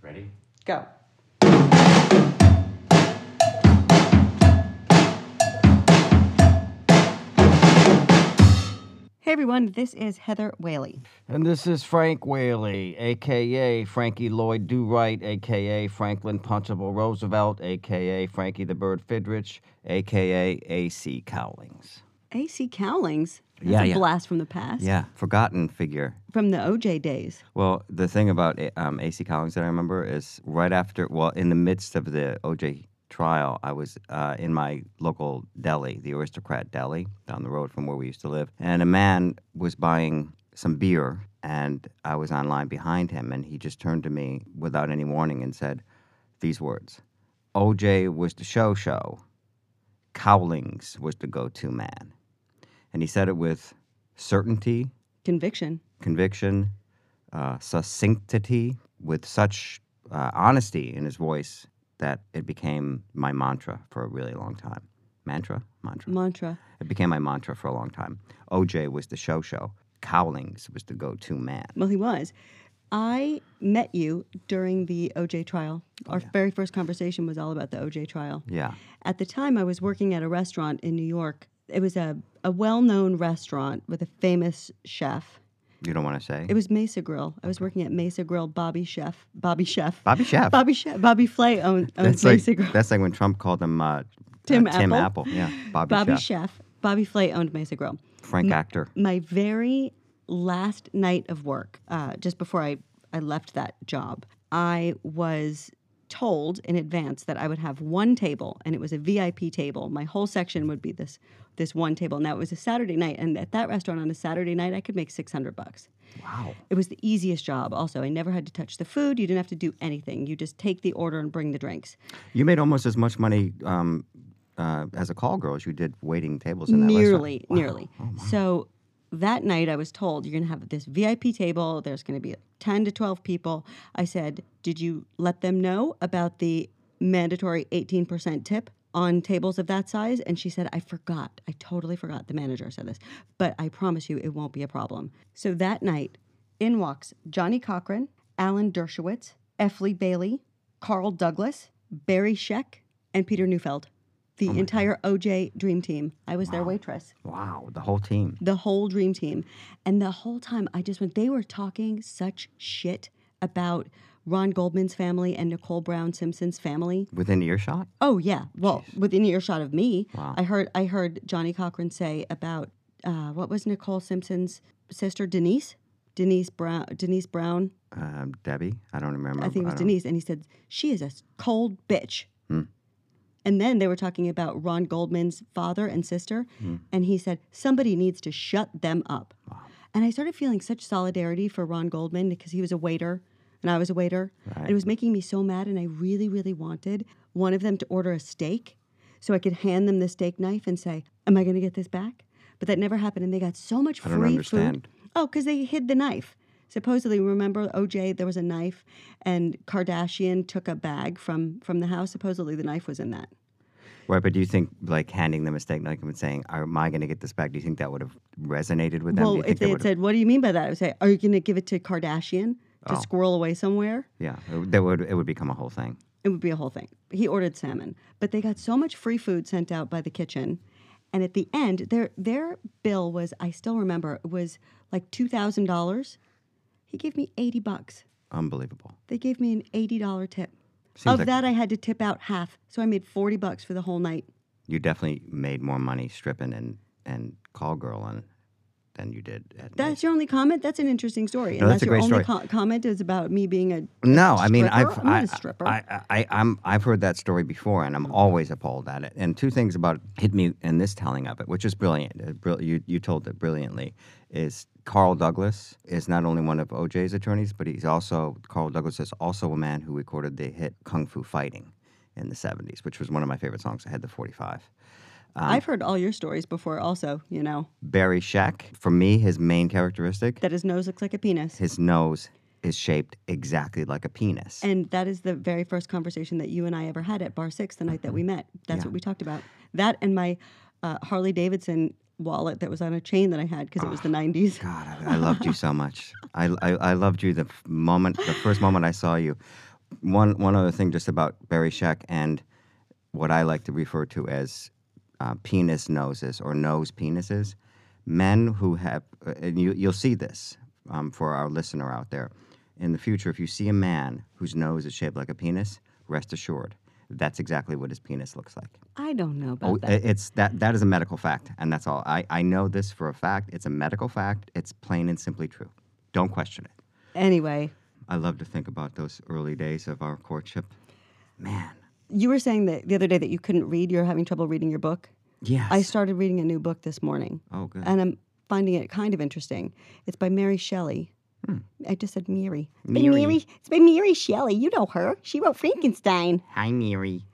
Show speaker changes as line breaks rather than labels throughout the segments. Ready?
Go. Hey everyone, this is Heather Whaley.
And this is Frank Whaley, aka Frankie Lloyd Do Right, aka Franklin Punchable Roosevelt, aka Frankie the Bird Fidrich, aka AC Cowlings.
AC Cowlings. That's
Yeah,
a
yeah.
blast from the past.
Yeah, forgotten figure.
From the OJ days.
Well, the thing about A- um, AC Collins that I remember is right after, well, in the midst of the OJ trial, I was uh, in my local deli, the Aristocrat Deli, down the road from where we used to live, and a man was buying some beer, and I was online behind him, and he just turned to me without any warning and said these words OJ was the show show, Cowlings was the go to man. And he said it with certainty
Conviction.
conviction, uh, succinctity, with such uh, honesty in his voice that it became my mantra for a really long time. Mantra? Mantra.
Mantra.
It became my mantra for a long time. OJ was the show show. Cowlings was the go to man.
Well, he was. I met you during the OJ trial.
Oh,
Our very first conversation was all about the OJ trial.
Yeah.
At the time, I was working at a restaurant in New York. It was a, a well known restaurant with a famous chef.
You don't want to say?
It was Mesa Grill. I was working at Mesa Grill. Bobby Chef. Bobby Chef.
Bobby Chef.
Bobby Chef. Bobby Flay owned, owns
that's, like,
Mesa Grill.
that's like when Trump called him uh,
Tim
uh, Tim
Apple.
Apple. Yeah. Bobby,
Bobby
Chef.
Chef. Bobby Flay owned Mesa Grill.
Frank Actor.
my very last night of work, uh, just before I, I left that job, I was told in advance that I would have one table, and it was a VIP table. My whole section would be this this one table. Now it was a Saturday night, and at that restaurant on a Saturday night, I could make six hundred bucks.
Wow.
It was the easiest job. Also, I never had to touch the food. You didn't have to do anything. You just take the order and bring the drinks.
You made almost as much money um, uh, as a call girl as you did waiting tables in that restaurant.
nearly nearly so that night i was told you're going to have this vip table there's going to be 10 to 12 people i said did you let them know about the mandatory 18% tip on tables of that size and she said i forgot i totally forgot the manager said this but i promise you it won't be a problem so that night in walks johnny cochran alan dershowitz effley bailey carl douglas barry sheck and peter neufeld the entire OJ dream team. I was their waitress,
Wow. The whole team.
the whole dream team. And the whole time, I just went, they were talking such shit about Ron Goldman's family and Nicole Brown Simpson's family.
Within earshot?
Oh, yeah. Well, within earshot of me, I heard I heard Johnny Cochran say about uh, what was Nicole Simpson's sister, Denise? Denise Brown. Denise Brown.
um, Debbie. I don't remember.
I think it was
don't-
Denise, and he said she is a s- cold bitch.
Hmm.
And then they were talking about Ron Goldman's father and sister,
Hmm.
and he said somebody needs to shut them up. And I started feeling such solidarity for Ron Goldman because he was a waiter and I was a waiter. And it was making me so mad, and I really, really wanted one of them to order a steak so I could hand them the steak knife and say, "Am I going to get this back?" But that never happened, and they got so much
I
free
don't understand.
food. Oh, because they hid the knife. Supposedly, remember OJ? There was a knife, and Kardashian took a bag from from the house. Supposedly, the knife was in that.
Right, but do you think like handing them a steak knife and saying, "Are- "Am I going to get this back?" Do you think that would have resonated with them? do
well,
you
if
think
they had
would
said, "What do you mean by that?" I would say, "Are you going to give it to Kardashian to
Oh.
squirrel away somewhere?"
yeah, it would- that would it would become a whole thing.
It would be a whole thing. He ordered salmon, but they got so much free food sent out by the kitchen, and at the end, their their bill was I still remember it was like two thousand dollars. He gave me eighty bucks.
Unbelievable.
They gave me an eighty dollar tip.
Seems
of
like-
that, I had to tip out half, so I made forty bucks for the whole night.
You definitely made more money stripping and and call girl on than you did. At
That's your only comment. That's an interesting story.
No,
and
that's
that's
a
your
great
only
story. Um,
co- comment is about me being a
No, I mean
stripper?
I've
I'm not
I-
a stripper. Mm.
I, I, I, I'm I've heard that story before, and I'm always appalled at it. And two things about it hit me in this telling of it, which is brilliant. Uh, brill- You you told it brilliantly. Is Carl Douglas is not only one of OJ's attorneys, but he's also Carl Douglas is also a man who recorded the hit Kung Fu Fighting in the '70s, which was one of my favorite songs. I had the 45.
I've heard all your stories before. Also, you know
Barry Sheck, for me, his main characteristic,
that his nose looks like a penis.
his nose is shaped exactly like a penis.
And that is the very first conversation that you and I ever had at Bar Six the
Mm-hmm.
night that we met. That's what we talked about. That and my uh, Harley Davidson wallet that was on a chain that I had because it was the
Ah,
90s.
God, I, I loved you so much. I, I, I loved you the f- moment, the first moment I saw you. one one other thing just about Barry Sheck and what I like to refer to as uh, penis noses or nose penises. Men who have, uh, and you, you'll see this um, for our listener out there in the future. If you see a man whose nose is shaped like a penis, rest assured, that's exactly what his penis looks like.
I don't know about
Oh,
that.
it- it's that that is a medical fact, and that's all. I, I know this for a fact. It's a medical fact. It's plain and simply true. Don't question it.
anyway,
I love to think about those early days of our courtship. Man,
you were saying that the other day that you couldn't read. You're having trouble reading your book.
yes.
I Uh, started reading a new book this morning.
oh, good.
and I'm finding it kind of interesting. It's by Mary Shelley. I just said Mary. It's by
Hmm. Mary.
Mary. It's by Mary Shelley. You know her. She wrote Frankenstein.
Hi, Mary.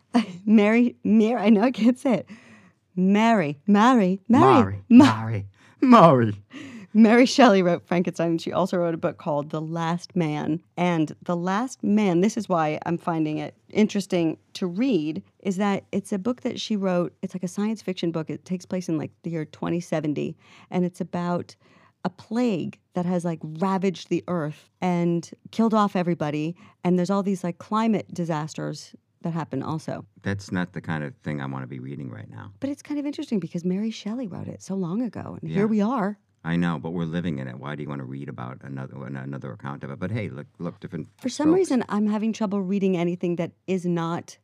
Mary. Mary. I know I can't say it. Mary. Mary. Mary.
Mari. Mari. Mari.
Mary Shelley wrote Frankenstein, and she also wrote a book called The Last Man. And The Last Man, this is why I'm finding it interesting to read, is that it's a book that she wrote. It's like a science fiction book. It takes place in like the year 2070, and it's about a plague that has like ravaged the earth and killed off everybody. And there's all these like climate disasters that happen also.
That's not the kind of thing I want to be reading right now.
But it's kind of interesting because Mary Shelley wrote it so long ago, and
Yeah.
here we are.
I know, but we're living in it. Why do you want to read about another another account of it? But hey, look, look, different.
For some
strokes.
reason, I'm having trouble reading anything that is not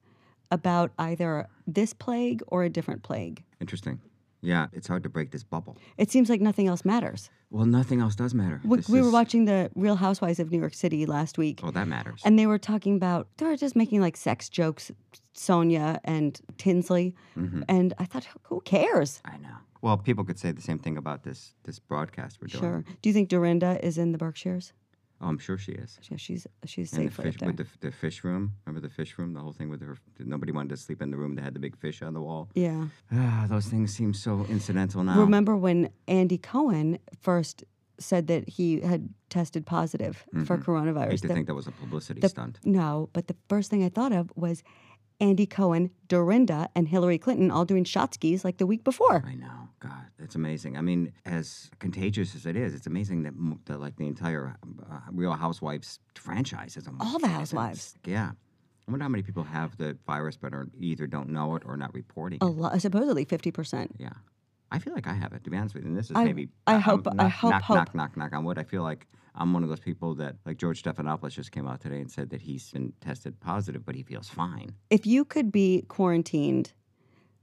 about either this plague or a different plague.
interesting. Yeah, it's hard to break this bubble.
It seems like nothing else matters.
Well, nothing else does matter.
We,
This
we were
is-
watching the Real Housewives of New York City last week,
Oh, that matters.
and they were talking about they were just making like sex jokes, Sonia and Tinsley,
Mm-hmm.
and I thought, who cares?
I know. Well, people could say the same thing about this this broadcast we're doing.
Sure. Do you think Dorinda is in the Berkshires?
Oh, I'm sure she is.
Yeah, she's she's
And the
safely up
fish
there.
with the, the fish room. Remember the fish room? The whole thing with her. Nobody wanted to sleep in the room that had the big fish on the wall.
yeah.
Ah, those things seem so incidental now.
Remember when Andy Cohen first said that he had tested positive for
I
coronavirus?
used Mm-hmm. to
The-
think that was a publicity stunt.
no, but the first thing I thought of was Andy Cohen, Dorinda, and Hillary Clinton all doing shot skis like the week before.
I know. God, it's amazing. I mean, as contagious as it is, it's amazing that, m- that like the entire uh, Real Housewives franchise is almost
All the
dead.
housewives.
It's- yeah. I wonder how many people have the virus but are either don't know it or not reporting.
A
it.
lot, supposedly fifty percent.
Yeah. I feel like I have it, to be honest with you. And this is
I-
maybe.
I
I'm
hope- I
knock-
hope-
Knock,
hope.
knock, knock, knock on wood. I feel like I'm one of those people that, like George Stephanopoulos just came out today and said that he's been tested positive, but he feels fine.
If you could be quarantined,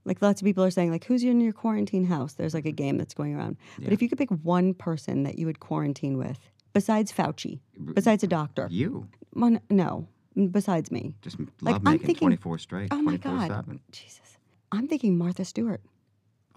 like lots of people are saying, like who's in your quarantine house? There's like a game that's going around. But if you could pick one person that you would quarantine with, besides Fauci, besides a doctor,
You
Well, no, besides me,
just love
Like, I'm
making
thinking-
24 straight,
Oh my
24
God.
7.
Jesus. I'm thinking Martha Stewart.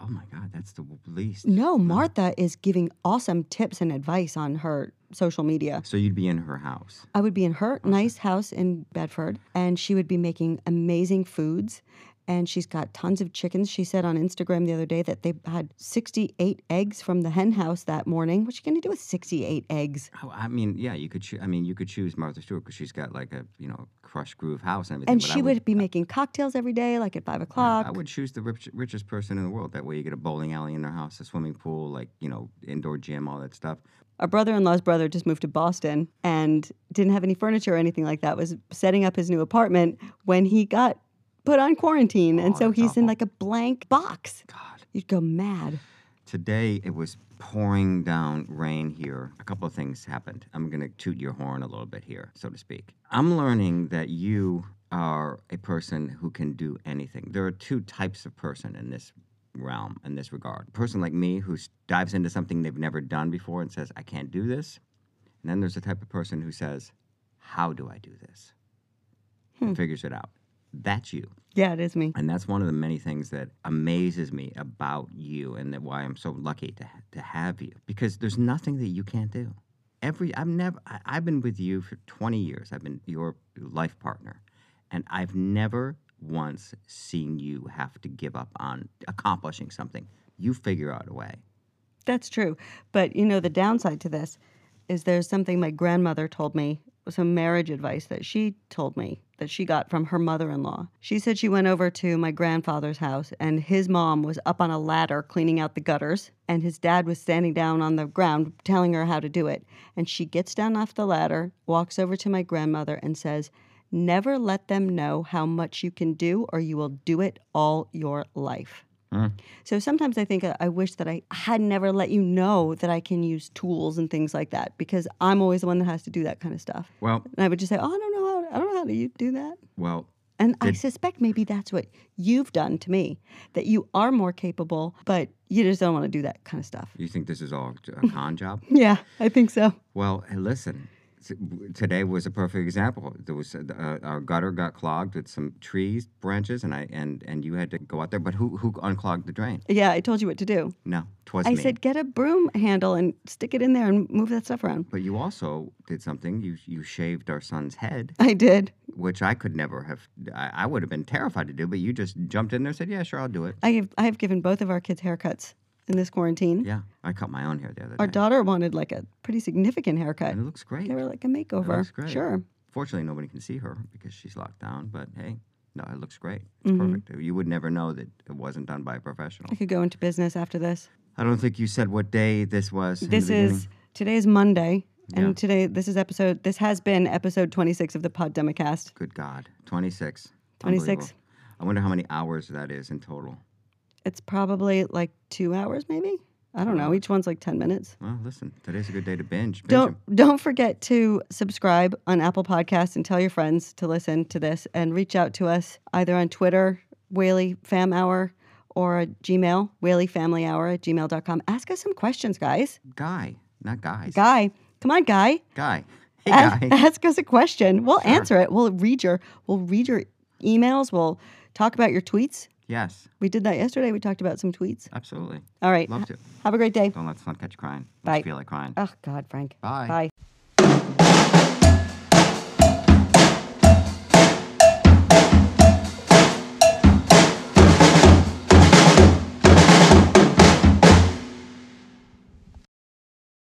Oh my God, that's the w- least.
No, Martha is giving awesome tips and advice on her social media.
So you'd be in her house.
I would be in her nice house in Bedford, and she would be making amazing foods. And she's got tons of chickens. She said on Instagram the other day that they had 68 eggs from the hen house that morning. What's she going to do with 68 eggs?
Oh, I mean, yeah, you could. Choo- I mean, you could choose Martha Stewart because she's got like a you know crush groove house and everything.
And
but
she
I
would, be making cocktails every day, like at five o'clock.
I would choose the rich, richest person in the world. That way, you get a bowling alley in their house, a swimming pool, like you know, indoor gym, all that stuff.
Our brother in law's brother just moved to Boston and didn't have any furniture or anything like that, was setting up his new apartment when he got put on quarantine. and
Oh,
so
that's
he's in
awful.
like a blank box.
God,
You'd go mad.
today it was pouring down rain here. A couple of things happened. I'm gonna toot your horn a little bit here, so to speak. I'm learning that you are a person who can do anything. There are two types of person in this realm in this regard. A person like me who s- dives into something they've never done before and says, "I can't do this," and then there's the type of person who says, "How do I do this?" and figures it out. That's you.
Yeah, it is me.
And that's one of the many things that amazes me about you and that why I'm so lucky to, ha- to have you because there's nothing that you can't do. Every I've never I, I've been with you for 20 years. I've been your life partner and I've never once seen you have to give up on accomplishing something. You figure out a way.
That's true. But you know, the downside to this is there's something my grandmother told me, some marriage advice that she told me that she got from her mother in law. She said she went over to my grandfather's house and his mom was up on a ladder cleaning out the gutters and his dad was standing down on the ground telling her how to do it. And she gets down off the ladder, walks over to my grandmother and says, Never let them know how much you can do, or you will do it all your life. So sometimes I think uh, I wish that I had never let you know that I can use tools and things like that because I'm always the one that has to do that kind of stuff.
Well,
And I would just say, "Oh, I don't know how I don't know how to you do that."
well,
And I suspect maybe that's what you've done to me, that you are more capable, but you just don't want to do that kind of stuff.
you think this is all a con job?
Yeah, I think so.
Well, hey, listen. t- w- Today was a perfect example. There was uh, our gutter got clogged with some trees branches, and I and and you had to go out there. But who who unclogged the drain?
Yeah, I told you what to do.
No, twas
I
me.
said, get a broom handle and stick it in there and move that stuff around.
but you also did something. You you shaved our son's head,
I did.
which I could never have. I, I would have been terrified to do. But you just jumped in there, and said, "Yeah, sure, I'll do it."
I have, I have given both of our kids haircuts in this quarantine.
Yeah, I cut my own hair the other
Our
day,
daughter wanted like a pretty significant haircut.
and it looks great.
They were like a makeover.
looks great.
Sure.
Fortunately, nobody can see her because she's locked down. But hey, no, it looks great. It's
Mm-hmm.
perfect. You would never know that it wasn't done by a professional.
I could go into business after this.
I don't think you said what day this was. in the
This
beginning.
is today is Monday, and
Yeah.
today this is episode. This has been episode twenty six of the Pod Democast.
good God, twenty six.
26.
I wonder how many hours that is in total.
It's probably like two hours, maybe. I don't know. Each one's like ten minutes.
Well, listen, today's a good day to binge. binge 'em.
Don't don't forget to subscribe on Apple Podcasts and tell your friends to listen to this and reach out to us either on Twitter, Whaley Fam Hour, or Gmail, Whaley Family Hour at gmail.com. Ask us some questions, guys.
guy, not guys.
Guy. Come on, guy.
guy. Hey,
ask,
guy.
ask us a question. We'll answer it. We'll read your we'll read your emails. We'll talk about your tweets.
yes,
We did that yesterday. We talked about some tweets.
absolutely.
All right.
Love to.
Have a great day.
Don't let us not catch you crying.
Bye.
Don't feel like crying.
Oh God, Frank.
Bye.
Bye.